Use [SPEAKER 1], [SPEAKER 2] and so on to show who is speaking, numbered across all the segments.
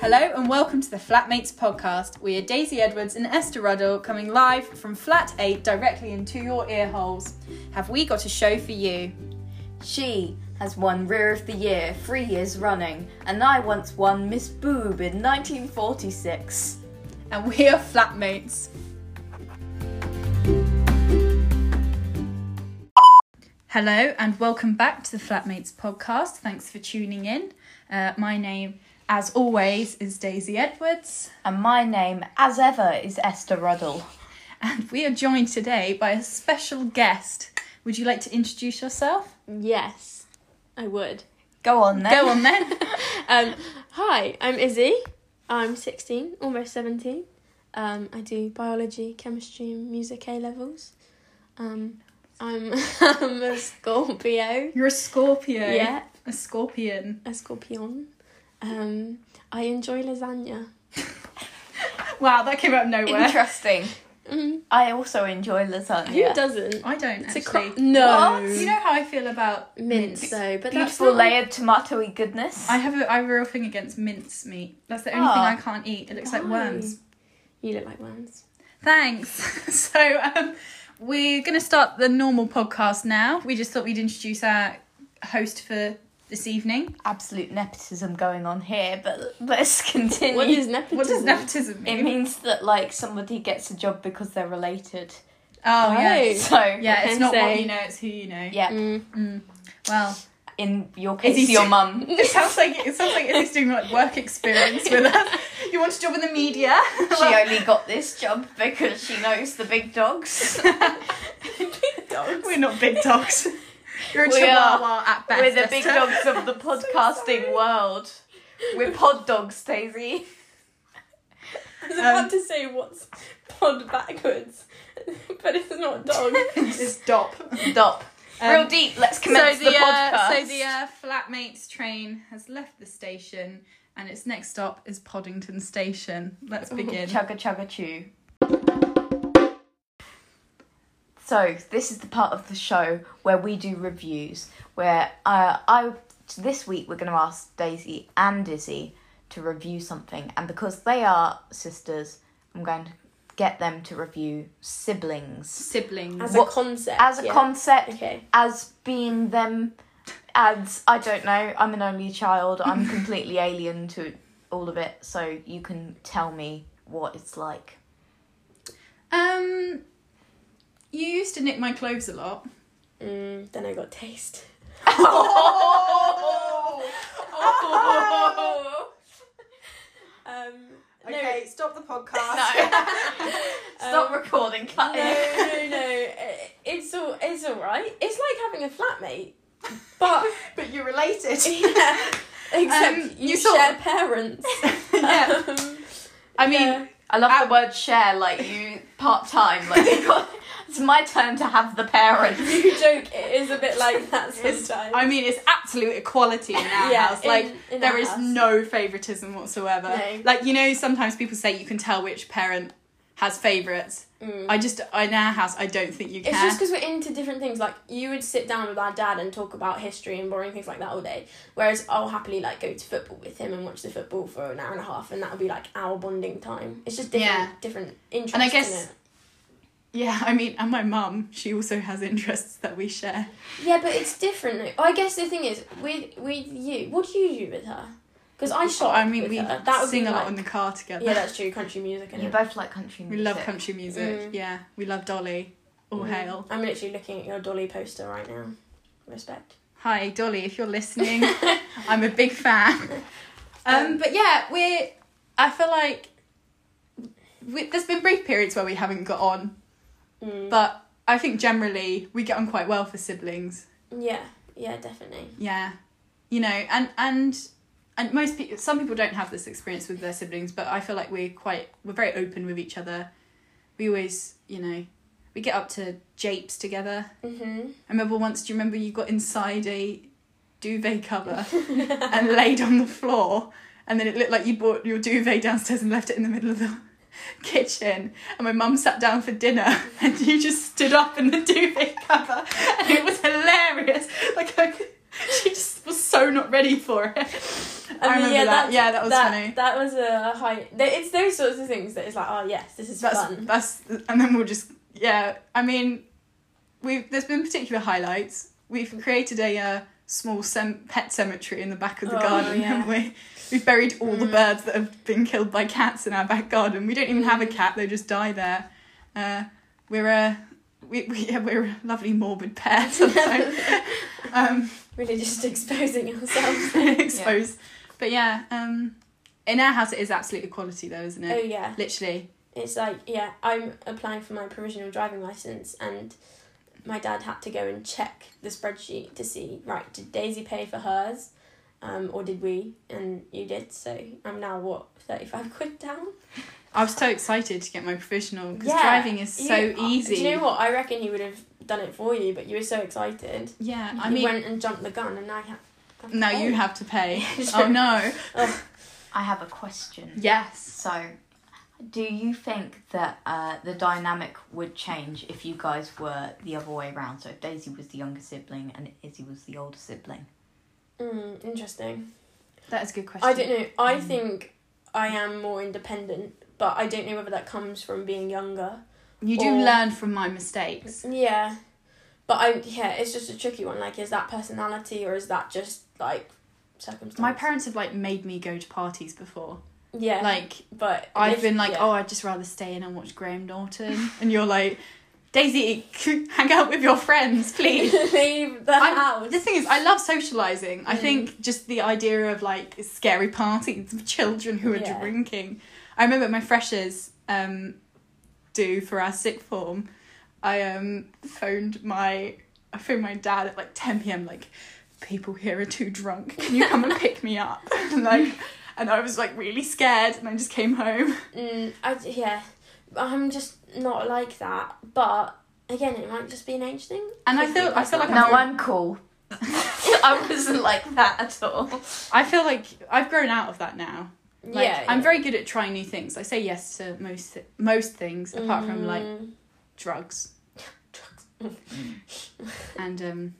[SPEAKER 1] Hello and welcome to the Flatmates podcast. We are Daisy Edwards and Esther Ruddle coming live from Flat 8 directly into your ear holes. Have we got a show for you?
[SPEAKER 2] She has won Rear of the Year three years running, and I once won Miss Boob in 1946.
[SPEAKER 1] And we are flatmates. Hello and welcome back to the Flatmates podcast. Thanks for tuning in. Uh, my name, as always, is Daisy Edwards,
[SPEAKER 2] And my name, as ever, is Esther Ruddle.
[SPEAKER 1] and we are joined today by a special guest. Would you like to introduce yourself?
[SPEAKER 3] Yes, I would.
[SPEAKER 2] Go on then.
[SPEAKER 1] Go on then.
[SPEAKER 3] Um, hi, I'm Izzy. I'm 16, almost 17. Um, I do biology, chemistry, and music A levels. Um, I'm, I'm a Scorpio.
[SPEAKER 1] You're a Scorpio.
[SPEAKER 3] Yeah,
[SPEAKER 1] A scorpion.
[SPEAKER 3] a Scorpion. Um, I enjoy lasagna.
[SPEAKER 1] Wow, that came out of nowhere.
[SPEAKER 2] Interesting.
[SPEAKER 3] Mm,
[SPEAKER 2] I also enjoy lasagna.
[SPEAKER 3] Who doesn't?
[SPEAKER 1] I don't
[SPEAKER 3] It's a
[SPEAKER 1] actually.
[SPEAKER 3] cro- no.
[SPEAKER 1] You know how I feel about
[SPEAKER 3] Mince, though, but that's
[SPEAKER 2] Beautiful
[SPEAKER 3] not-
[SPEAKER 2] layered tomatoey goodness.
[SPEAKER 1] I have a, I have a real thing against mince meat. That's the only
[SPEAKER 2] Oh.
[SPEAKER 1] thing I can't eat. It looks like
[SPEAKER 3] Why?
[SPEAKER 1] worms.
[SPEAKER 3] You look like worms.
[SPEAKER 1] Thanks. so um, we're going to start the normal podcast now. We just thought we'd introduce our host for this evening.
[SPEAKER 2] Absolute nepotism going on here, but let's continue.
[SPEAKER 3] What is nepotism?
[SPEAKER 1] What does nepotism mean?
[SPEAKER 2] it means that like somebody gets a job because they're related.
[SPEAKER 1] oh, yeah.
[SPEAKER 3] Oh.
[SPEAKER 2] So
[SPEAKER 1] Yeah, it's
[SPEAKER 3] Okay,
[SPEAKER 1] not
[SPEAKER 3] so-
[SPEAKER 1] what you know, it's who you know.
[SPEAKER 2] yeah,
[SPEAKER 3] Mm.
[SPEAKER 1] Mm. Well,
[SPEAKER 2] in your case,
[SPEAKER 1] Izzy's-
[SPEAKER 2] your mum.
[SPEAKER 1] It sounds like it sounds like Izzy's doing like work experience with us. You want a job in the media?
[SPEAKER 2] She only got this job because she knows the big dogs. big dogs.
[SPEAKER 1] We're not big dogs. You're a
[SPEAKER 2] We
[SPEAKER 1] chihuahua at best.
[SPEAKER 2] We're the
[SPEAKER 1] Esther.
[SPEAKER 2] big dogs of the podcasting world. We're pod dogs, Daisy.
[SPEAKER 3] I was about to say what's pod backwards, but it's not dog.
[SPEAKER 1] It's dop.
[SPEAKER 2] Dop.
[SPEAKER 1] Um,
[SPEAKER 2] Real deep. Let's commence
[SPEAKER 1] so
[SPEAKER 2] the,
[SPEAKER 1] the, uh,
[SPEAKER 2] podcast.
[SPEAKER 1] so the uh, flatmates train has left the station, and its next stop is Poddington Station. Let's begin.
[SPEAKER 2] Chugga chugga chew. So this is the part of the show where we do reviews. Where uh, I this week we're going to ask Daisy and Izzy to review something, and because they are sisters, I'm going to get them to review siblings
[SPEAKER 1] Siblings.
[SPEAKER 3] As
[SPEAKER 2] What-
[SPEAKER 3] a concept.
[SPEAKER 2] as a
[SPEAKER 3] yeah.
[SPEAKER 2] concept,
[SPEAKER 3] Okay.
[SPEAKER 2] as being them. As I don't know, I'm an only child. I'm completely alien to all of it. So you can tell me what it's like.
[SPEAKER 1] um, you used to knit my clothes a lot.
[SPEAKER 3] Mm, then I got taste. Um,
[SPEAKER 1] Okay, stop the podcast.
[SPEAKER 2] Stop
[SPEAKER 1] Uh,
[SPEAKER 2] recording,
[SPEAKER 3] No,
[SPEAKER 2] cut
[SPEAKER 3] no,
[SPEAKER 2] it.
[SPEAKER 3] no, no. I- It's all, it's all right. It's like having a flatmate, but
[SPEAKER 1] but you're related.
[SPEAKER 3] yeah, except
[SPEAKER 1] Um,
[SPEAKER 3] you,
[SPEAKER 1] you sort
[SPEAKER 3] share parents.
[SPEAKER 1] yeah.
[SPEAKER 3] Um,
[SPEAKER 1] I mean,
[SPEAKER 3] yeah.
[SPEAKER 2] I love
[SPEAKER 1] Um,
[SPEAKER 2] the word share, like you part time. Like you got, it's my turn to have the parents.
[SPEAKER 3] you joke. It is a bit like that
[SPEAKER 1] It's-
[SPEAKER 3] sometimes.
[SPEAKER 1] I mean, it's absolute equality in our
[SPEAKER 3] Yeah,
[SPEAKER 1] house. Like,
[SPEAKER 3] in- in
[SPEAKER 1] there
[SPEAKER 3] our
[SPEAKER 1] is
[SPEAKER 3] house.
[SPEAKER 1] no favoritism whatsoever.
[SPEAKER 3] No.
[SPEAKER 1] Like, you know, sometimes people say you can tell which parent has favorites.
[SPEAKER 3] Mm.
[SPEAKER 1] I just, in our house, I don't think you can.
[SPEAKER 3] It's just because we're into different things. Like you would sit down with our dad and talk about history and boring things like that all day, whereas I'll happily like go to football with him and watch the football for an hour and a half, and that will be like our bonding time. It's just different,
[SPEAKER 1] Yeah.
[SPEAKER 3] different interests.
[SPEAKER 1] And I
[SPEAKER 3] in
[SPEAKER 1] guess-
[SPEAKER 3] it.
[SPEAKER 1] yeah, I mean, and my mum, she also has interests that we share.
[SPEAKER 3] yeah, but it's different. though. I guess the thing is with with you, what do you do with her? Because I shop.
[SPEAKER 1] I mean,
[SPEAKER 3] with
[SPEAKER 1] we
[SPEAKER 3] her. that would
[SPEAKER 1] sing
[SPEAKER 3] be
[SPEAKER 1] a lot
[SPEAKER 3] like-
[SPEAKER 1] on the car together.
[SPEAKER 3] Yeah, that's true. Country music and
[SPEAKER 2] You both like country
[SPEAKER 1] we
[SPEAKER 2] music.
[SPEAKER 1] love country music.
[SPEAKER 3] Mm.
[SPEAKER 1] Yeah, we love Dolly. All hail.
[SPEAKER 3] I'm literally looking at your Dolly poster right now. Respect.
[SPEAKER 1] Hi, Dolly, if you're listening, I'm a big fan. Um, but yeah, we're. I feel like we, there's been brief periods where we haven't got on,
[SPEAKER 3] Mm.
[SPEAKER 1] but I think generally we get on quite well for siblings.
[SPEAKER 3] Mm, yeah, yeah, definitely.
[SPEAKER 1] Yeah, you know, and and and most people, some people don't have this experience with their siblings, but I feel like we're quite we're very open with each other. We always, you know, we get up to japes together.
[SPEAKER 3] Mhm.
[SPEAKER 1] I remember once, do you remember you got inside a duvet cover and laid on the floor? And then it looked like you bought your duvet downstairs and left it in the middle of the kitchen. And my mum sat down for dinner and you just stood up in the duvet cover. And it was hilarious. Like, I, she just was so not ready for it. I remember that.
[SPEAKER 3] that's-
[SPEAKER 1] Yeah, that was
[SPEAKER 3] that,
[SPEAKER 1] funny.
[SPEAKER 3] That was a high. th- It's those sorts of things that it's like, oh yes, this is
[SPEAKER 1] That's
[SPEAKER 3] fun.
[SPEAKER 1] that's and then we'll just yeah. I mean, we've there's been particular highlights. We've created a uh, small sem- pet cemetery in the back of the
[SPEAKER 3] Oh,
[SPEAKER 1] garden,
[SPEAKER 3] yeah.
[SPEAKER 1] haven't we? We've buried all the
[SPEAKER 3] Mm.
[SPEAKER 1] birds that have been killed by cats in our back garden. We don't even have a
[SPEAKER 3] Mm.
[SPEAKER 1] cat; they just die there. Uh, we're a we, we yeah, we're a lovely morbid pair. Sometimes. um,
[SPEAKER 3] really, just exposing ourselves.
[SPEAKER 1] exposed. But yeah, um, in our house it is absolute equality though, isn't
[SPEAKER 3] oh
[SPEAKER 1] it?
[SPEAKER 3] yeah,
[SPEAKER 1] Literally.
[SPEAKER 3] it's like yeah. I'm applying for my provisional driving license, and my dad had to go and check the spreadsheet to see right did Daisy pay for hers, um, or did we? And you did. So I'm now what thirty five quid down.
[SPEAKER 1] I was so excited to get my provisional because
[SPEAKER 3] Yeah,
[SPEAKER 1] driving is so
[SPEAKER 3] You- uh, oh,
[SPEAKER 1] easy.
[SPEAKER 3] Do you know what? I reckon he would have done it for you, but you were so excited.
[SPEAKER 1] Yeah, I
[SPEAKER 3] you
[SPEAKER 1] mean,
[SPEAKER 3] went and jumped the gun, and now you have. have to
[SPEAKER 1] now
[SPEAKER 3] pay.
[SPEAKER 1] you have to pay.
[SPEAKER 3] Sure.
[SPEAKER 1] oh no.
[SPEAKER 2] I have a question.
[SPEAKER 1] Yes.
[SPEAKER 2] So, do you think that uh, the dynamic would change if you guys were the other way around? So, if Daisy was the younger sibling and Izzy was the older sibling?
[SPEAKER 3] Mm, interesting.
[SPEAKER 1] That is a good question.
[SPEAKER 3] I don't know. I think I am more independent, but I don't know whether that comes from being younger.
[SPEAKER 1] You do
[SPEAKER 3] Or-
[SPEAKER 1] learn from my mistakes.
[SPEAKER 3] Yeah, but I yeah, it's just a tricky one. Like, is that personality or is that just like circumstance?
[SPEAKER 1] My parents have like made me go to parties before.
[SPEAKER 3] Yeah,
[SPEAKER 1] Like
[SPEAKER 3] but
[SPEAKER 1] I've
[SPEAKER 3] if-
[SPEAKER 1] been like,
[SPEAKER 3] yeah.
[SPEAKER 1] oh, I'd just rather stay in and watch Graham Norton, and you're like, Daisy, hang out with your friends, please.
[SPEAKER 3] leave the
[SPEAKER 1] I'm-
[SPEAKER 3] house.
[SPEAKER 1] The thing is, I love socializing. I
[SPEAKER 3] Mm.
[SPEAKER 1] think just the idea of like scary parties of children who are
[SPEAKER 3] Yeah.
[SPEAKER 1] drinking. I remember at my freshers um, do for our sick form. I um phoned my I phoned my dad at like ten p.m. Like people here are too drunk. Can you come and pick me up? and like, and I was like really scared, and I just came home.
[SPEAKER 3] Mm, I, yeah, I'm just not like that. But again, it might just be an age thing.
[SPEAKER 1] And I feel I feel like
[SPEAKER 2] No,
[SPEAKER 1] I'm,
[SPEAKER 2] I'm cool. I wasn't like that at all.
[SPEAKER 1] I feel like I've grown out of that now. Like,
[SPEAKER 3] yeah,
[SPEAKER 1] I'm
[SPEAKER 3] yeah.
[SPEAKER 1] very good at trying new things. I say yes to most most things apart from like
[SPEAKER 3] Mm,
[SPEAKER 1] drugs and um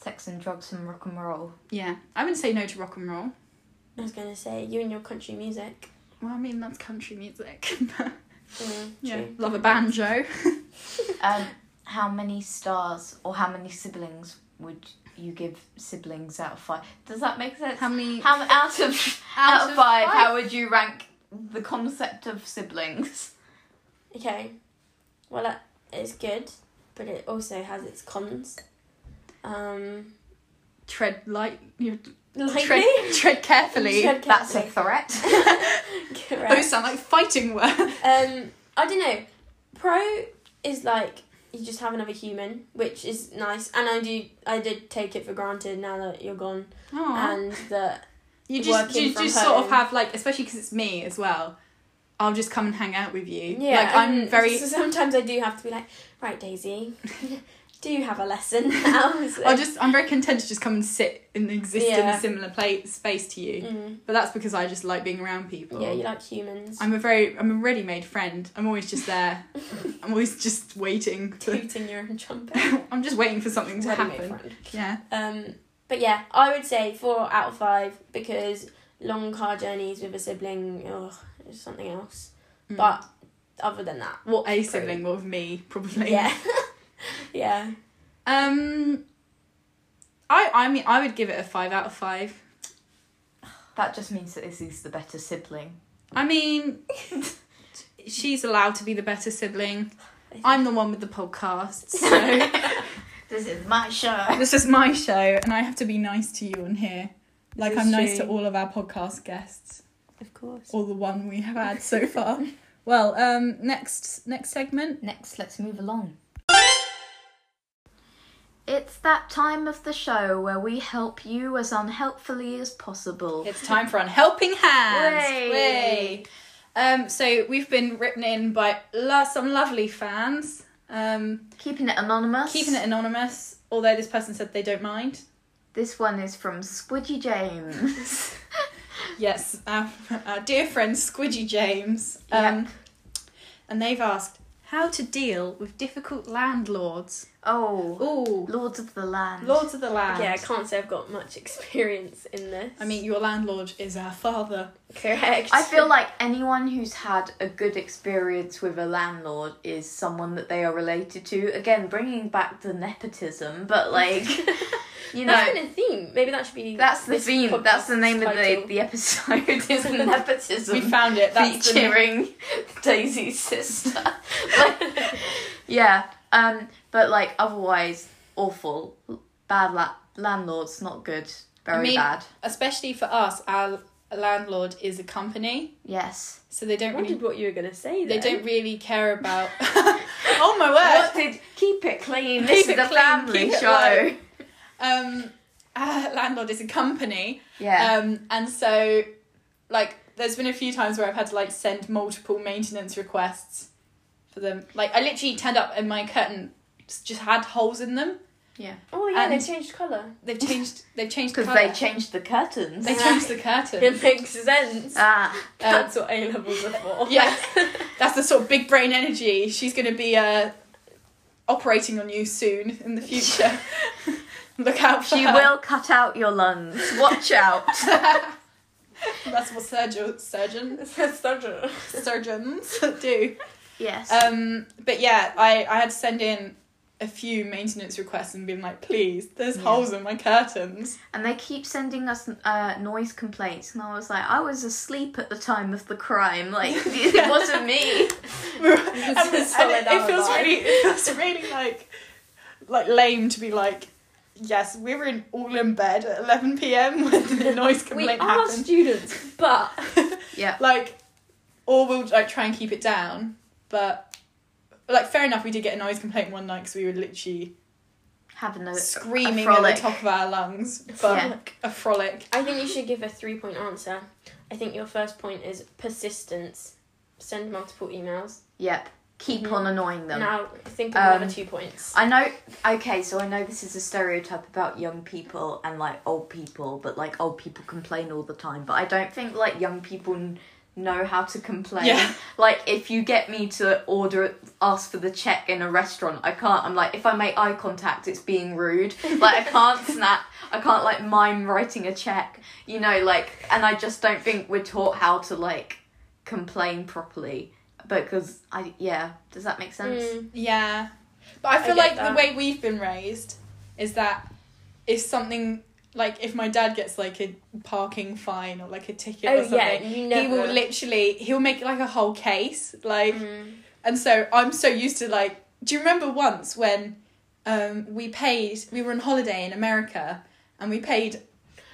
[SPEAKER 2] Sex and drugs and rock and roll.
[SPEAKER 1] yeah. I wouldn't say no to rock and roll.
[SPEAKER 3] I was gonna say you and your country music.
[SPEAKER 1] Well, I mean that's country music.
[SPEAKER 3] Mm,
[SPEAKER 1] yeah,
[SPEAKER 3] true.
[SPEAKER 1] love a banjo.
[SPEAKER 2] Um, how many stars or how many siblings would you give siblings out of five? Does that make sense?
[SPEAKER 1] How many
[SPEAKER 2] How out of out, of five, how would you rank the concept of siblings?
[SPEAKER 3] Okay, well that is good, but it also has its cons. Um,
[SPEAKER 1] tread light you
[SPEAKER 3] lightly.
[SPEAKER 1] tread tread carefully.
[SPEAKER 3] Tread
[SPEAKER 2] That's a
[SPEAKER 3] carefully.
[SPEAKER 2] threat.
[SPEAKER 3] Correct.
[SPEAKER 1] Those sound like fighting words.
[SPEAKER 3] Um, I don't know. Pro is like you just have another human, which is nice, and I do. I did take it for granted now that you're gone,
[SPEAKER 1] Aw.
[SPEAKER 3] and that
[SPEAKER 1] You just
[SPEAKER 3] working
[SPEAKER 1] you
[SPEAKER 3] from
[SPEAKER 1] just sort of
[SPEAKER 3] home.
[SPEAKER 1] have like especially because it's me as well. I'll just come and hang out with you.
[SPEAKER 3] yeah,
[SPEAKER 1] like I'm
[SPEAKER 3] and
[SPEAKER 1] very
[SPEAKER 3] so sometimes I do have to be like, right, Daisy, do you have a lesson now? So-
[SPEAKER 1] I'll just I'm very content to just come and sit and exist in a
[SPEAKER 3] Yeah.
[SPEAKER 1] similar place space to you.
[SPEAKER 3] Mm,
[SPEAKER 1] But that's because I just like being around people.
[SPEAKER 3] yeah, you like humans.
[SPEAKER 1] I'm a very I'm a ready made friend. I'm always just there. I'm always just waiting to
[SPEAKER 3] tooting your own trumpet.
[SPEAKER 1] I'm just waiting for something to
[SPEAKER 3] Ready-made
[SPEAKER 1] happen.
[SPEAKER 3] friend.
[SPEAKER 1] Yeah.
[SPEAKER 3] Um, but yeah, I would say four out of five because long car journeys with a sibling, ugh, is something else.
[SPEAKER 1] Mm.
[SPEAKER 3] But other than that,
[SPEAKER 1] well a sibling, well me probably.
[SPEAKER 3] yeah, yeah.
[SPEAKER 1] Um I I mean I would give it a five out of five.
[SPEAKER 2] That just means that Izzy's the better sibling.
[SPEAKER 1] I mean she's allowed to be the better sibling. I'm the one with the podcast, so
[SPEAKER 2] This is my show.
[SPEAKER 1] this is my show and I have to be nice to you on here. Like
[SPEAKER 3] This
[SPEAKER 1] I'm
[SPEAKER 3] is
[SPEAKER 1] nice to
[SPEAKER 3] true.
[SPEAKER 1] all of our podcast guests.
[SPEAKER 3] of course.
[SPEAKER 1] or the one we have had so far. well, um, next next segment.
[SPEAKER 2] Next, let's move along. It's that time of the show where we help you as unhelpfully as possible.
[SPEAKER 1] It's time for unhelping hands.
[SPEAKER 2] Way.
[SPEAKER 1] Way. Um, so we've been written in by lo- some lovely fans, um,
[SPEAKER 2] Keeping it anonymous.
[SPEAKER 1] keeping it anonymous. Although this person said they don't mind.
[SPEAKER 2] This one is from Squidgy James.
[SPEAKER 1] Yes, our, our dear friend Squidgy James.
[SPEAKER 2] Yep.
[SPEAKER 1] Um, and they've asked, How to deal with difficult landlords.
[SPEAKER 2] Oh,
[SPEAKER 1] Ooh,
[SPEAKER 2] Lords of the Land.
[SPEAKER 1] lords of the land.
[SPEAKER 3] Yeah, I can't say I've got much experience in this.
[SPEAKER 1] I mean, your landlord is our father.
[SPEAKER 3] correct.
[SPEAKER 2] I feel like anyone who's had a good experience with a landlord is someone that they are related to. Again, bringing back the nepotism, but like, you know,
[SPEAKER 3] that's been a theme. Maybe that should be
[SPEAKER 2] that's the
[SPEAKER 3] this
[SPEAKER 2] theme. That's the
[SPEAKER 3] podcast's
[SPEAKER 2] name of the,
[SPEAKER 3] title.
[SPEAKER 2] the episode is nepotism.
[SPEAKER 1] We found it. That's the
[SPEAKER 2] featuring Daisy's sister. like, yeah, um, but like otherwise, awful, bad la- landlords, not good, very
[SPEAKER 1] mean-
[SPEAKER 2] bad.
[SPEAKER 1] especially for us, our landlord is a company,
[SPEAKER 2] Yes.
[SPEAKER 1] so they
[SPEAKER 3] I
[SPEAKER 1] don't really,
[SPEAKER 3] wondered what you were gonna say.
[SPEAKER 1] they
[SPEAKER 3] then.
[SPEAKER 1] don't really care about. oh my
[SPEAKER 2] What
[SPEAKER 1] word!
[SPEAKER 2] did keep it clean?
[SPEAKER 1] Keep
[SPEAKER 2] This is
[SPEAKER 1] it
[SPEAKER 2] a
[SPEAKER 1] clean,
[SPEAKER 2] family
[SPEAKER 1] keep it
[SPEAKER 2] show.
[SPEAKER 1] Um, our landlord is a company,
[SPEAKER 2] Yeah.
[SPEAKER 1] um, and so like there's been a few times where I've had to like send multiple maintenance requests for them. Like I literally turned up and my curtain just had holes in them.
[SPEAKER 2] yeah.
[SPEAKER 3] Oh yeah,
[SPEAKER 1] and-
[SPEAKER 3] they changed colour.
[SPEAKER 1] They've changed. They've changed
[SPEAKER 2] Because
[SPEAKER 1] colour.
[SPEAKER 2] they changed the curtains.
[SPEAKER 1] uh, They changed the curtain.
[SPEAKER 3] It makes sense.
[SPEAKER 2] ah,
[SPEAKER 1] Um,
[SPEAKER 3] that's what A levels are for.
[SPEAKER 1] yeah, that's the sort of big brain energy she's going to be uh, operating on you soon in the future. Look out for
[SPEAKER 2] she
[SPEAKER 1] her.
[SPEAKER 2] will cut out your lungs. Watch out.
[SPEAKER 1] That's what surgeon surgeon surgeons do.
[SPEAKER 2] yes.
[SPEAKER 1] Um, but yeah, I I had to send in a few maintenance requests and been like, please, there's
[SPEAKER 2] Yeah.
[SPEAKER 1] holes in my curtains.
[SPEAKER 2] and they keep sending us uh, noise complaints, and I was like, I was asleep at the time of the crime. Like it wasn't me.
[SPEAKER 1] and, and it,
[SPEAKER 3] solid
[SPEAKER 1] it feels
[SPEAKER 3] alibi.
[SPEAKER 1] really it feels really like like lame to be like yes we were in, all in bed at 11 p.m when the noise
[SPEAKER 3] we
[SPEAKER 1] complaint
[SPEAKER 3] are
[SPEAKER 1] happened
[SPEAKER 3] students, but
[SPEAKER 2] Yeah.
[SPEAKER 1] like or we'll like try and keep it down but like fair enough we did get a noise complaint one night because we were literally
[SPEAKER 2] Having a
[SPEAKER 1] screaming
[SPEAKER 2] a
[SPEAKER 1] at the
[SPEAKER 2] frolic.
[SPEAKER 1] top of our lungs but
[SPEAKER 2] Yeah.
[SPEAKER 1] a frolic
[SPEAKER 3] I think you should give a three point answer. I think your first point is persistence. Send multiple emails.
[SPEAKER 2] Yep. Keep
[SPEAKER 3] Mhm.
[SPEAKER 2] on annoying them.
[SPEAKER 3] Now think of
[SPEAKER 2] Um,
[SPEAKER 3] another two points.
[SPEAKER 2] I know. Okay, so I know this is a stereotype about young people and like old people, but like old people complain all the time. But I don't think like young people n- know how to complain.
[SPEAKER 1] Yeah.
[SPEAKER 2] Like if you get me to order, ask for the check in a restaurant, I can't. I'm like, if I make eye contact, it's being rude. Like I can't snap. I can't like mime writing a check. You know, like, and I just don't think we're taught how to like complain properly. Because I yeah, does that make sense?
[SPEAKER 3] Mm.
[SPEAKER 1] Yeah. But I feel
[SPEAKER 3] get
[SPEAKER 1] like the
[SPEAKER 3] that.
[SPEAKER 1] way we've been raised is that if something like if my dad gets like a parking fine or like a ticket
[SPEAKER 3] Oh
[SPEAKER 1] or
[SPEAKER 3] yeah,
[SPEAKER 1] something,
[SPEAKER 3] you never.
[SPEAKER 1] he will literally he'll make like a whole case. Like
[SPEAKER 3] Mm.
[SPEAKER 1] and so I'm so used to like do you remember once when um we paid we were on holiday in America and we paid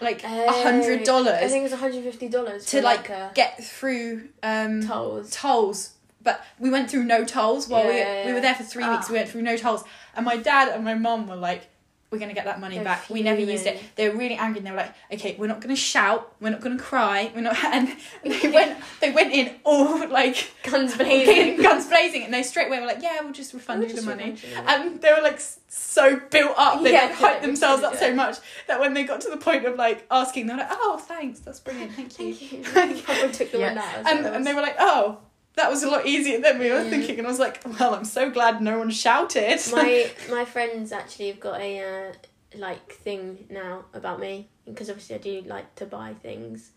[SPEAKER 1] like a hundred
[SPEAKER 3] Oh, I
[SPEAKER 1] dollars
[SPEAKER 3] think it was hundred fifty dollars
[SPEAKER 1] To,
[SPEAKER 3] to
[SPEAKER 1] like,
[SPEAKER 3] like, a
[SPEAKER 1] get through um
[SPEAKER 3] tolls.
[SPEAKER 1] tolls. But we went through no tolls while
[SPEAKER 3] Yeah.
[SPEAKER 1] we we were there for three
[SPEAKER 2] Ah.
[SPEAKER 1] weeks. We went through no tolls, and my dad and my mum were like, "We're gonna get that money
[SPEAKER 3] They're
[SPEAKER 1] back. We never used it."
[SPEAKER 3] fuming.
[SPEAKER 1] They were really angry, and they were like, "Okay, we're not gonna shout. We're not gonna cry. We're not." And they went, they went in all like
[SPEAKER 3] Guns blazing.
[SPEAKER 1] guns blazing, and they straight away were like, "Yeah, we'll just refund
[SPEAKER 3] We'll
[SPEAKER 1] you the
[SPEAKER 3] just
[SPEAKER 1] money."
[SPEAKER 3] refund you the money.
[SPEAKER 1] And they were like s- so built up, they
[SPEAKER 3] Yeah,
[SPEAKER 1] like,
[SPEAKER 3] they
[SPEAKER 1] hyped
[SPEAKER 3] did.
[SPEAKER 1] themselves
[SPEAKER 3] They
[SPEAKER 1] up
[SPEAKER 3] did.
[SPEAKER 1] so much that when they got to the point of like asking, they were like, "Oh, thanks, that's brilliant, thank you."
[SPEAKER 3] Thank you. Um, Probably took the
[SPEAKER 2] Yeah.
[SPEAKER 3] one out. as
[SPEAKER 1] and,
[SPEAKER 3] well.
[SPEAKER 1] and they were like, oh, that was a lot easier than we were
[SPEAKER 3] Mm.
[SPEAKER 1] thinking. And I was like, well, I'm so glad no one shouted.
[SPEAKER 3] my my friends actually have got a uh, like thing now about me because obviously I do like to buy things,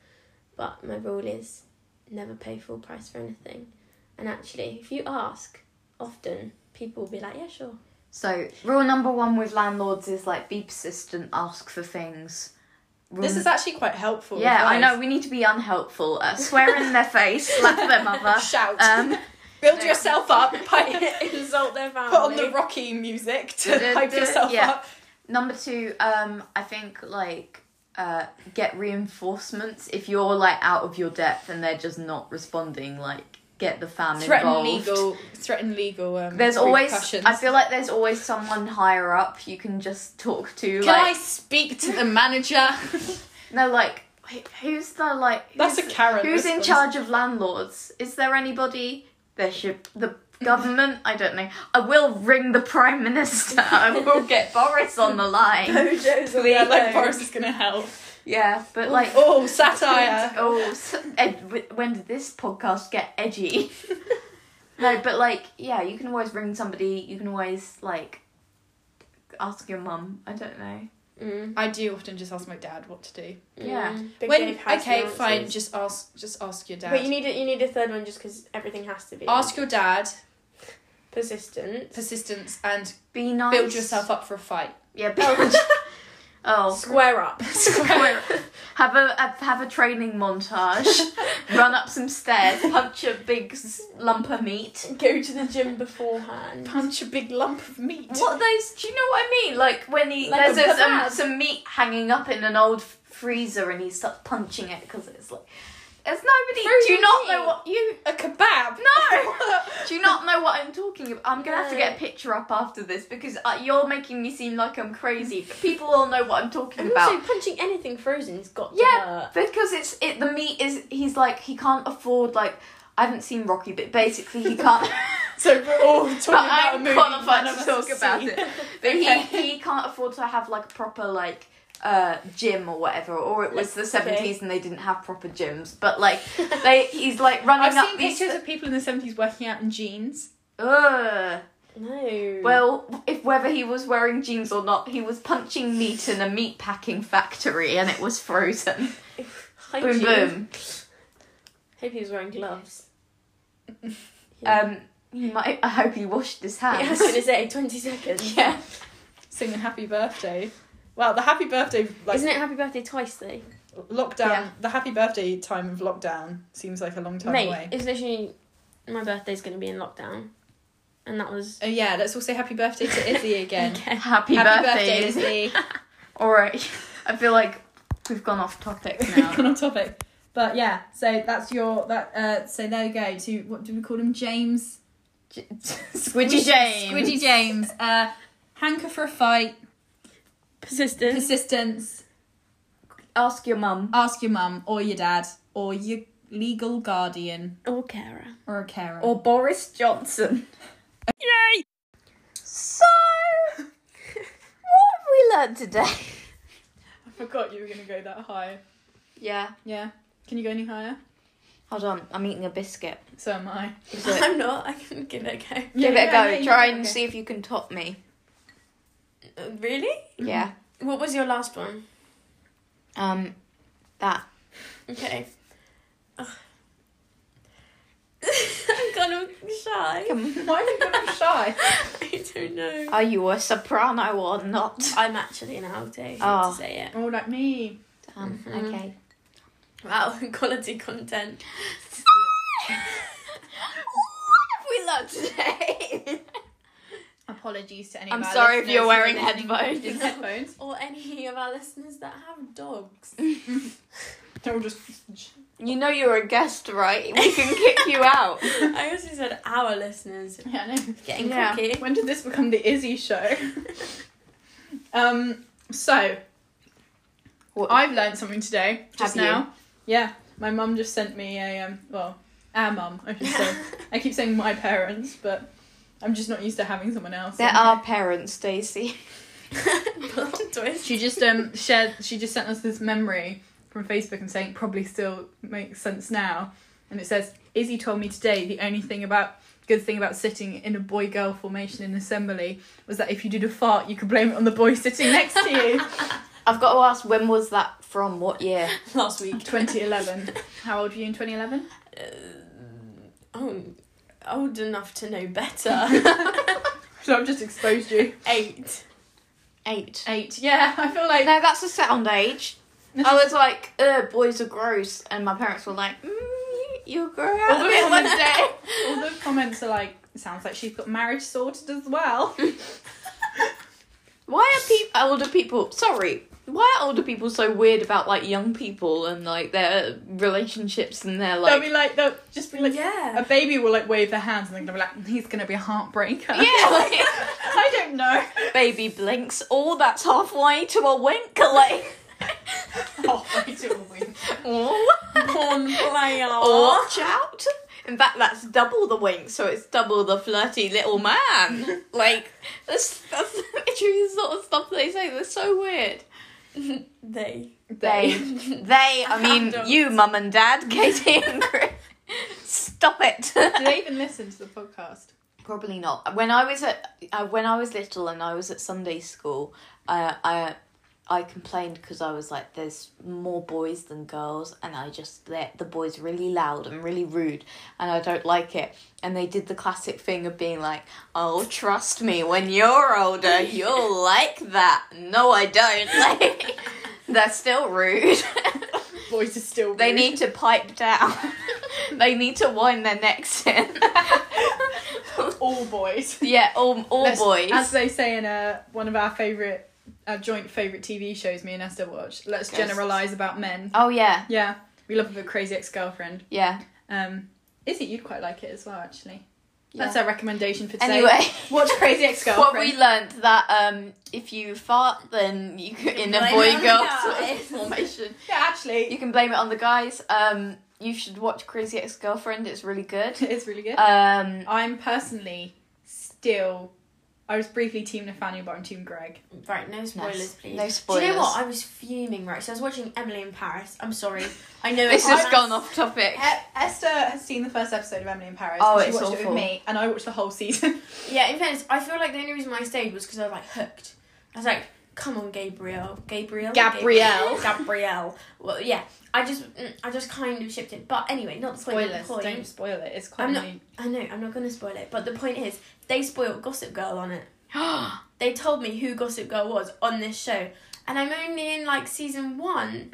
[SPEAKER 3] but my rule is never pay full price for anything. And actually, if you ask often, people will be like, "Yeah, sure."
[SPEAKER 2] So rule number one with landlords is like be persistent, ask for things. Rule
[SPEAKER 1] this is actually quite helpful.
[SPEAKER 2] yeah, I know
[SPEAKER 1] advice.
[SPEAKER 2] we need to be unhelpful. Uh, swear in their face, slap their mother.
[SPEAKER 1] Shout.
[SPEAKER 2] Um,
[SPEAKER 1] Build
[SPEAKER 2] no.
[SPEAKER 1] yourself up. Put
[SPEAKER 3] Insult their family.
[SPEAKER 1] on the Rocky music to hype yourself
[SPEAKER 2] Yeah.
[SPEAKER 1] up.
[SPEAKER 2] number two, um, I think like uh, get reinforcements if you're like out of your depth and they're just not responding. Like get the fam
[SPEAKER 1] Threaten
[SPEAKER 2] involved.
[SPEAKER 1] legal. Threaten legal. Um,
[SPEAKER 2] There's always
[SPEAKER 1] repercussions.
[SPEAKER 2] I feel like there's always someone higher up you can just talk to.
[SPEAKER 1] Can I
[SPEAKER 2] like
[SPEAKER 1] speak to the manager?
[SPEAKER 2] no, like wh- who's the like who's
[SPEAKER 1] That's a Karen.
[SPEAKER 2] Who's in
[SPEAKER 1] response.
[SPEAKER 2] charge of landlords? Is there anybody? There should the government. I don't know. I will ring the prime minister. I will get Boris on the line.
[SPEAKER 3] Bojo's on
[SPEAKER 1] Yeah,
[SPEAKER 3] their
[SPEAKER 1] like
[SPEAKER 3] like
[SPEAKER 1] Boris is gonna help.
[SPEAKER 2] Yeah, but like.
[SPEAKER 1] Oh, satire.
[SPEAKER 2] Oh, s- ed- w- when did this podcast get edgy? No, but like, yeah, you can always ring somebody. You can always like ask your mum. I don't know.
[SPEAKER 3] Mm.
[SPEAKER 1] I do often just ask my dad what to do.
[SPEAKER 2] Yeah.
[SPEAKER 3] Big
[SPEAKER 1] when
[SPEAKER 3] Dave has the
[SPEAKER 1] okay, fine.
[SPEAKER 3] answers.
[SPEAKER 1] Just uh, ask. Just ask your dad.
[SPEAKER 3] But you need a, you need a third one just because everything has to be
[SPEAKER 1] ask your dad.
[SPEAKER 3] persistent.
[SPEAKER 1] Persistence and
[SPEAKER 2] Be nice.
[SPEAKER 1] build yourself up for a fight.
[SPEAKER 2] Yeah, build. oh,
[SPEAKER 3] Square up.
[SPEAKER 1] Square.
[SPEAKER 2] have a, a have a training montage. Run up some stairs. Punch a big s- lump of meat.
[SPEAKER 3] Go to the gym beforehand.
[SPEAKER 1] Punch a big lump of meat.
[SPEAKER 2] What are those? Do you know what I mean? Like when he
[SPEAKER 3] Like
[SPEAKER 2] there's
[SPEAKER 3] a
[SPEAKER 2] a, some,
[SPEAKER 3] kebab.
[SPEAKER 2] some meat hanging up in an old f- freezer and he starts punching it because it's like. There's nobody. do you
[SPEAKER 3] Frozen
[SPEAKER 2] not know
[SPEAKER 3] meat.
[SPEAKER 2] what you?
[SPEAKER 1] A kebab.
[SPEAKER 2] No. Do you not know what I'm talking about? I'm gonna have to
[SPEAKER 3] No.
[SPEAKER 2] get a picture up after this because uh, you're making me seem like I'm crazy, but people will know what I'm talking
[SPEAKER 3] And
[SPEAKER 2] about.
[SPEAKER 3] also punching anything frozen has got to
[SPEAKER 2] yeah,
[SPEAKER 3] hurt.
[SPEAKER 2] because it's it. The meat is. He's like he can't afford like. I haven't seen Rocky, but basically he can't.
[SPEAKER 1] so we're all talking
[SPEAKER 2] but
[SPEAKER 1] about a
[SPEAKER 2] I'm
[SPEAKER 1] movie.
[SPEAKER 2] qualified
[SPEAKER 1] none of
[SPEAKER 2] to
[SPEAKER 1] us
[SPEAKER 2] talk
[SPEAKER 1] have
[SPEAKER 2] about
[SPEAKER 1] seen.
[SPEAKER 2] it. But
[SPEAKER 1] Okay.
[SPEAKER 2] he, he can't afford to have like a proper like uh gym or whatever or it was the 70s and they didn't have proper gyms but like they he's like running
[SPEAKER 1] I've
[SPEAKER 2] up
[SPEAKER 1] seen
[SPEAKER 2] these
[SPEAKER 1] pictures of people in the seventies working out in jeans.
[SPEAKER 2] Ugh.
[SPEAKER 3] No.
[SPEAKER 2] Well, if whether he was wearing jeans or not, he was punching meat in a meat packing factory and it was frozen. boom
[SPEAKER 3] Hygiene.
[SPEAKER 2] boom.
[SPEAKER 3] Hope he was wearing gloves. Yeah.
[SPEAKER 2] Um he might I hope he washed his
[SPEAKER 3] Yeah, I was
[SPEAKER 2] hands.
[SPEAKER 3] gonna say twenty seconds.
[SPEAKER 2] yeah.
[SPEAKER 1] Singing "Happy Birthday." Wow, the happy birthday like
[SPEAKER 3] Isn't it happy birthday twice though?
[SPEAKER 1] lockdown.
[SPEAKER 2] Yeah.
[SPEAKER 1] The happy birthday time of lockdown seems like a long time
[SPEAKER 3] Mate,
[SPEAKER 1] away.
[SPEAKER 3] it's literally my birthday's gonna be in lockdown, and that was
[SPEAKER 1] Oh yeah, let's all say happy birthday to Izzy again.
[SPEAKER 2] Happy,
[SPEAKER 1] happy
[SPEAKER 2] birthday.
[SPEAKER 1] Izzy.
[SPEAKER 2] Alright. I feel like we've gone off topic
[SPEAKER 1] We've
[SPEAKER 2] now.
[SPEAKER 1] gone off topic. But yeah, so that's your that. Uh, so there you go. To what do we call him? James.
[SPEAKER 2] J- Squidgy James.
[SPEAKER 1] Squidgy James. Uh, hanker for a fight.
[SPEAKER 3] persistent.
[SPEAKER 1] Persistence.
[SPEAKER 2] Ask your mum.
[SPEAKER 1] Ask your mum or your dad or your legal guardian
[SPEAKER 3] or carer.
[SPEAKER 1] or a carer.
[SPEAKER 2] Or Boris Johnson.
[SPEAKER 3] Yay!
[SPEAKER 2] So what have we learned today?
[SPEAKER 1] I forgot you were gonna go that high.
[SPEAKER 2] Yeah.
[SPEAKER 1] Yeah. Can you go any higher?
[SPEAKER 2] Hold on, I'm eating a biscuit.
[SPEAKER 1] So am I.
[SPEAKER 2] Is it-
[SPEAKER 3] I'm not. I can give it a go.
[SPEAKER 2] Give it a go. Try and
[SPEAKER 1] okay.
[SPEAKER 2] see if you can top me.
[SPEAKER 3] Uh, really?
[SPEAKER 2] Yeah.
[SPEAKER 3] What was your last one?
[SPEAKER 2] Um, that.
[SPEAKER 3] Okay. Ugh. I'm kind of shy.
[SPEAKER 1] Why are you gonna shy?
[SPEAKER 3] I don't know.
[SPEAKER 2] Are you a soprano or not?
[SPEAKER 3] I'm actually an alto
[SPEAKER 2] Oh.
[SPEAKER 3] to say it.
[SPEAKER 1] Oh, like me.
[SPEAKER 2] Um,
[SPEAKER 3] Mhm.
[SPEAKER 2] okay.
[SPEAKER 3] Wow, quality content.
[SPEAKER 2] what have we learned today?
[SPEAKER 1] Apologies to any.
[SPEAKER 2] I'm
[SPEAKER 1] of our
[SPEAKER 2] sorry if
[SPEAKER 1] listeners
[SPEAKER 2] you're
[SPEAKER 1] who are
[SPEAKER 2] wearing
[SPEAKER 1] listening
[SPEAKER 2] headphones.
[SPEAKER 1] in headphones.
[SPEAKER 3] Or any of our listeners that have dogs.
[SPEAKER 1] They're all just.
[SPEAKER 2] you know you're a guest, right? We can kick you out.
[SPEAKER 3] I also said our listeners.
[SPEAKER 1] Yeah, I know.
[SPEAKER 3] Getting
[SPEAKER 2] Yeah.
[SPEAKER 3] cocky.
[SPEAKER 1] When did this become the Izzy show? um. So
[SPEAKER 2] What-
[SPEAKER 1] I've learned something today. Just
[SPEAKER 2] Have you?
[SPEAKER 1] now. Yeah, my mum just sent me a um. Well, our mum. I should say. I keep saying my parents, but I'm just not used to having someone else.
[SPEAKER 2] There
[SPEAKER 1] in
[SPEAKER 2] are parents, Stacey.
[SPEAKER 3] Plot twist.
[SPEAKER 1] She just um shared. She just sent us this memory from Facebook and saying probably still makes sense now. And it says Izzy told me today the only thing about good thing about sitting in a boy girl formation in assembly was that if you did a fart you could blame it on the boy sitting next to you.
[SPEAKER 2] I've got to ask, when was that from? What year?
[SPEAKER 3] Last week.
[SPEAKER 1] 2011. How old were you in 2011?
[SPEAKER 3] Uh, oh, old enough to know better.
[SPEAKER 1] So I've just exposed you.
[SPEAKER 3] Eight.
[SPEAKER 2] Eight.
[SPEAKER 1] Eight. Yeah, I feel like
[SPEAKER 2] No, that's a sound age.
[SPEAKER 1] This
[SPEAKER 2] I was like, Ugh, boys are gross, and my parents were like, mm, you'll grow out
[SPEAKER 1] All the
[SPEAKER 2] of it one
[SPEAKER 1] comments-
[SPEAKER 2] day.
[SPEAKER 1] all the comments are like sounds like she's got marriage sorted as well.
[SPEAKER 2] Why are people older people sorry? Why are older people so weird about like young people and like their relationships and their
[SPEAKER 1] they'll
[SPEAKER 2] like
[SPEAKER 1] be like they'll just be like a
[SPEAKER 3] yeah.
[SPEAKER 1] baby will like wave their hands and they're gonna be like he's gonna be a heartbreaker.
[SPEAKER 2] yeah,
[SPEAKER 1] I don't know.
[SPEAKER 2] like, baby blinks. Oh, that's halfway to a wink. Like,
[SPEAKER 1] Halfway to a wink.
[SPEAKER 2] oh,
[SPEAKER 3] Porn player.
[SPEAKER 2] watch out! In fact, that's double the wink, so it's double the flirty little man. Like, that's that's literally the sort of stuff they say. They're so weird.
[SPEAKER 3] They.
[SPEAKER 2] They, they. I mean,
[SPEAKER 3] Adults.
[SPEAKER 2] you, mum and dad, Katie and Chris. Stop it.
[SPEAKER 1] Do they even listen to the podcast?
[SPEAKER 2] Probably not. When I was at uh, when I was little and I was at Sunday school, I I I complained because I was like, "There's more boys than girls," and I just they're- the boys are really loud and really rude, and I don't like it. And they did the classic thing of being like, "Oh, trust me, when you're older, you'll like that." No, I don't. Like, they're still rude.
[SPEAKER 1] Boys are still.
[SPEAKER 2] They
[SPEAKER 1] rude.
[SPEAKER 2] need to pipe down. they need to wind their necks in.
[SPEAKER 1] all boys.
[SPEAKER 2] yeah, all, all
[SPEAKER 1] Let's-
[SPEAKER 2] boys.
[SPEAKER 1] As they say in uh, one of our favourite, our joint favourite TV shows, me and Esther watch. Let's
[SPEAKER 2] Ghosts.
[SPEAKER 1] generalise about men.
[SPEAKER 2] oh yeah,
[SPEAKER 1] Yeah, we love a crazy ex-girlfriend.
[SPEAKER 2] yeah.
[SPEAKER 1] Um, Izzy, you'd quite like it as well, actually.
[SPEAKER 3] Yeah.
[SPEAKER 1] That's our recommendation for today.
[SPEAKER 2] Anyway,
[SPEAKER 1] watch Crazy
[SPEAKER 2] what
[SPEAKER 1] Ex-Girlfriend.
[SPEAKER 2] we learnt that um, if you fart, then you can in a
[SPEAKER 3] Blame
[SPEAKER 2] boy
[SPEAKER 3] it on
[SPEAKER 2] girl
[SPEAKER 3] the
[SPEAKER 2] sort of
[SPEAKER 3] guys.
[SPEAKER 2] formation.
[SPEAKER 1] yeah,
[SPEAKER 2] You
[SPEAKER 1] actually,
[SPEAKER 2] can blame it on the guys. Um, you should watch Crazy Ex Girlfriend. It's really good.
[SPEAKER 1] it is really good.
[SPEAKER 2] Um,
[SPEAKER 1] I'm personally still. I was briefly Team Nathaniel, but I'm Team Greg.
[SPEAKER 3] Right, no spoilers,
[SPEAKER 2] nice.
[SPEAKER 3] please.
[SPEAKER 2] No spoilers.
[SPEAKER 3] Do you know what? I was fuming, right? So I was watching Emily in Paris. I'm sorry. I know
[SPEAKER 2] This
[SPEAKER 3] it's
[SPEAKER 2] has
[SPEAKER 3] on
[SPEAKER 2] gone
[SPEAKER 3] us.
[SPEAKER 2] off topic.
[SPEAKER 1] Esther has seen the first episode of Emily in Paris.
[SPEAKER 2] Oh,
[SPEAKER 1] and she
[SPEAKER 2] it's
[SPEAKER 1] watched it
[SPEAKER 2] awful.
[SPEAKER 1] with me, and I watched the whole season.
[SPEAKER 3] Yeah, in fairness, I feel like the only reason why I stayed was because I was like hooked. I was like, come on, Gabriel, Gabriel,
[SPEAKER 1] Gabrielle.
[SPEAKER 3] Gabriel. Gabrielle. Well, yeah, I just, mm, I just kind of shipped it. But anyway, not spoiling the point.
[SPEAKER 1] Don't spoil it. It's quite.
[SPEAKER 3] I'm not-
[SPEAKER 1] annoying.
[SPEAKER 3] I know, I'm not gonna spoil it. But the point is, they spoiled Gossip Girl on it. They told me who Gossip Girl was on this show, and I'm only in like season one.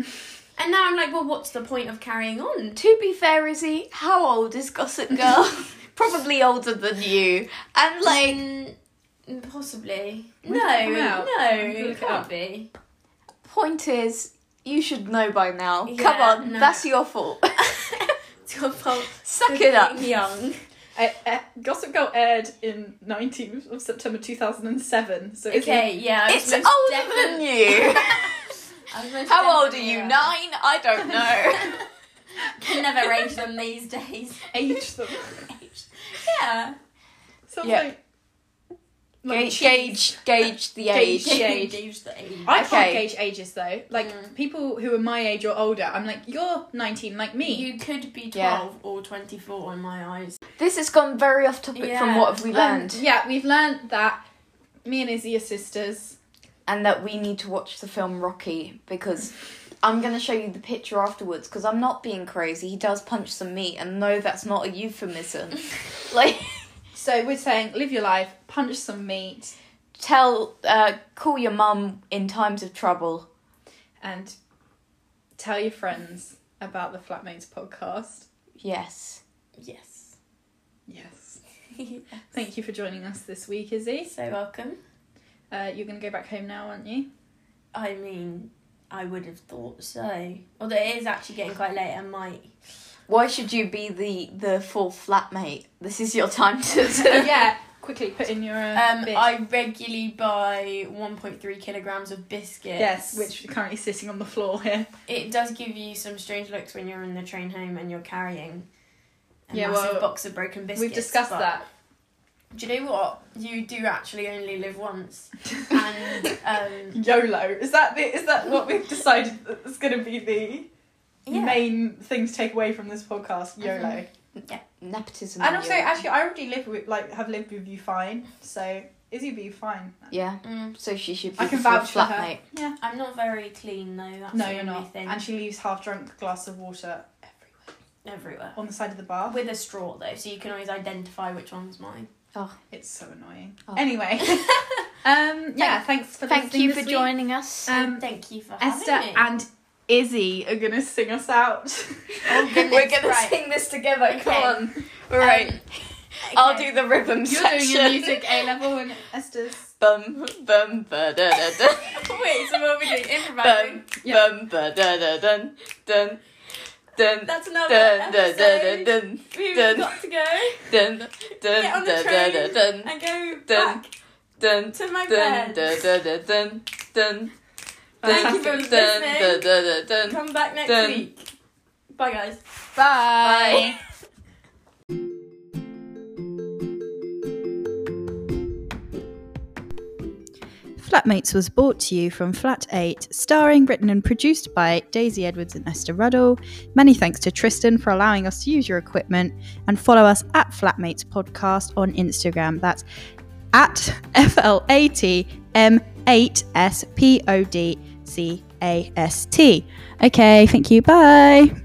[SPEAKER 3] And now I'm like, well, what's the point of carrying on?
[SPEAKER 2] To be fair, Izzy, how old is Gossip Girl? Probably older than you. And like,
[SPEAKER 3] Mm, possibly.
[SPEAKER 1] When did
[SPEAKER 3] no,
[SPEAKER 1] it come out?
[SPEAKER 3] no,
[SPEAKER 1] I'm gonna
[SPEAKER 3] it
[SPEAKER 1] look it up.
[SPEAKER 3] can't be.
[SPEAKER 2] point is, you should know by now. Come
[SPEAKER 3] Yeah,
[SPEAKER 2] on,
[SPEAKER 3] no.
[SPEAKER 2] that's your fault.
[SPEAKER 3] It's your fault.
[SPEAKER 2] Suck
[SPEAKER 3] for
[SPEAKER 2] it up.
[SPEAKER 3] being Young.
[SPEAKER 1] I, uh, Gossip Girl aired in 19th of September 2007. So it's-
[SPEAKER 3] Okay, yeah. I was
[SPEAKER 2] It's
[SPEAKER 3] most
[SPEAKER 2] older
[SPEAKER 3] defi-
[SPEAKER 2] than you.
[SPEAKER 3] I was most
[SPEAKER 2] How old are
[SPEAKER 3] definitely
[SPEAKER 2] you?
[SPEAKER 3] wrong.
[SPEAKER 2] Nine? I don't know.
[SPEAKER 3] Can never age them these days.
[SPEAKER 1] age them.
[SPEAKER 3] Yeah.
[SPEAKER 1] Sounds
[SPEAKER 2] Yeah.
[SPEAKER 1] like. like
[SPEAKER 2] Gauge,
[SPEAKER 1] cheese.
[SPEAKER 2] gauge, gauge the
[SPEAKER 1] Gauge.
[SPEAKER 2] age.
[SPEAKER 1] Gauge. Age.
[SPEAKER 3] Age the age.
[SPEAKER 1] I can't
[SPEAKER 2] Okay.
[SPEAKER 1] gauge ages though. Like
[SPEAKER 3] Mm.
[SPEAKER 1] people who are my age or older, I'm like, you're 19, like me.
[SPEAKER 3] You could be 12
[SPEAKER 2] Yeah.
[SPEAKER 3] or 24 in my eyes.
[SPEAKER 2] This has gone very off topic from
[SPEAKER 3] Yeah.
[SPEAKER 2] what have we
[SPEAKER 1] Um,
[SPEAKER 2] learned,
[SPEAKER 1] yeah, we've learned that me and Izzy are sisters.
[SPEAKER 2] and that we need to watch the film Rocky because I'm going to show you the picture afterwards because I'm not being crazy. He does punch some meat, and no, that's not a euphemism. like.
[SPEAKER 1] So we're saying live your life, punch some meat,
[SPEAKER 2] tell uh call your mum in times of trouble
[SPEAKER 1] and tell your friends about the Flatmates podcast.
[SPEAKER 2] yes
[SPEAKER 3] Yes.
[SPEAKER 1] Yes. Thank you for joining us this week, Izzy.
[SPEAKER 3] so welcome.
[SPEAKER 1] Uh, you're going to go back home now, aren't you?
[SPEAKER 3] I mean, I would have thought so. Although it is actually getting quite late, I might.
[SPEAKER 2] why should you be the the fourth flatmate this is your time to, to-
[SPEAKER 1] yeah. Quickly put in your uh,
[SPEAKER 3] Um,
[SPEAKER 1] bid.
[SPEAKER 3] I regularly buy 1.3 kilograms of biscuits.
[SPEAKER 1] yes, which is currently sitting on the floor here.
[SPEAKER 3] It does give you some strange looks when you're in the train home and you're carrying a
[SPEAKER 1] Yeah,
[SPEAKER 3] massive
[SPEAKER 1] well,
[SPEAKER 3] box of broken biscuits.
[SPEAKER 1] We've discussed
[SPEAKER 3] but
[SPEAKER 1] that.
[SPEAKER 3] Do you know what? You do actually only live once. And um,
[SPEAKER 1] YOLO. Is that the, is that what we've decided is going to be the
[SPEAKER 3] yeah.
[SPEAKER 1] main thing to take away from this podcast? YOLO.
[SPEAKER 2] nepotism
[SPEAKER 1] And
[SPEAKER 2] in
[SPEAKER 1] also,
[SPEAKER 2] your-
[SPEAKER 1] actually, I already live with like have lived with you fine, so Izzy will be fine.
[SPEAKER 2] yeah
[SPEAKER 3] Mm,
[SPEAKER 2] so she should be
[SPEAKER 1] I
[SPEAKER 2] the
[SPEAKER 1] can vouch
[SPEAKER 2] fourth
[SPEAKER 1] for her.
[SPEAKER 2] flatmate
[SPEAKER 1] Yeah.
[SPEAKER 3] I'm not very clean though. That's
[SPEAKER 1] No,
[SPEAKER 3] the
[SPEAKER 1] you're
[SPEAKER 3] only
[SPEAKER 1] not.
[SPEAKER 3] Thing.
[SPEAKER 1] And she leaves half drunk glass of water everywhere
[SPEAKER 3] Everywhere.
[SPEAKER 1] on the side of the bar.
[SPEAKER 3] With a straw though, so you can always identify which one's mine.
[SPEAKER 1] It's so annoying.
[SPEAKER 2] Oh.
[SPEAKER 1] Anyway, um, yeah, thanks for
[SPEAKER 2] thank
[SPEAKER 1] listening
[SPEAKER 2] you
[SPEAKER 1] this
[SPEAKER 2] for
[SPEAKER 1] week.
[SPEAKER 2] joining us
[SPEAKER 1] Um,
[SPEAKER 3] Thank you for
[SPEAKER 1] Esther
[SPEAKER 3] having me.
[SPEAKER 1] and Izzy are gonna sing us out.
[SPEAKER 3] Oh, goodness,
[SPEAKER 2] we're gonna
[SPEAKER 3] right.
[SPEAKER 2] sing this together
[SPEAKER 3] Okay.
[SPEAKER 2] come on
[SPEAKER 3] Um,
[SPEAKER 2] right i'll
[SPEAKER 3] okay.
[SPEAKER 2] do the rhythm
[SPEAKER 1] You're
[SPEAKER 2] section
[SPEAKER 1] doing your music A level and Esther's.
[SPEAKER 2] bum bum ba da da dun
[SPEAKER 3] Wait, so what are we doing? Improvising.
[SPEAKER 2] bum
[SPEAKER 1] Yeah.
[SPEAKER 2] bum ba da da dun dun dun
[SPEAKER 3] That's another
[SPEAKER 2] dun dun dun
[SPEAKER 3] episode.
[SPEAKER 2] dun
[SPEAKER 3] We've
[SPEAKER 2] dun.
[SPEAKER 3] got to go
[SPEAKER 2] dun dun dun
[SPEAKER 3] on the
[SPEAKER 2] dun
[SPEAKER 3] train.
[SPEAKER 2] dun
[SPEAKER 3] and go
[SPEAKER 2] Dun.
[SPEAKER 3] back
[SPEAKER 2] dun
[SPEAKER 3] to my
[SPEAKER 2] dun dun
[SPEAKER 3] bed.
[SPEAKER 2] dun dun dun
[SPEAKER 3] Thank you
[SPEAKER 1] Fantastic.
[SPEAKER 3] for
[SPEAKER 2] dun
[SPEAKER 3] listening.
[SPEAKER 2] dun dun dun dun
[SPEAKER 3] Come back next
[SPEAKER 2] Dun.
[SPEAKER 3] week. Bye guys.
[SPEAKER 2] bye
[SPEAKER 4] Flatmates was brought to you from Flat 8, starring, written, and produced by Daisy Edwards and Esther Ruddle. Many thanks to Tristan for allowing us to use your equipment and follow us at Flatmates Podcast on Instagram. That's at F L A T M 8 S P O D C A S T. Okay, thank you. Bye.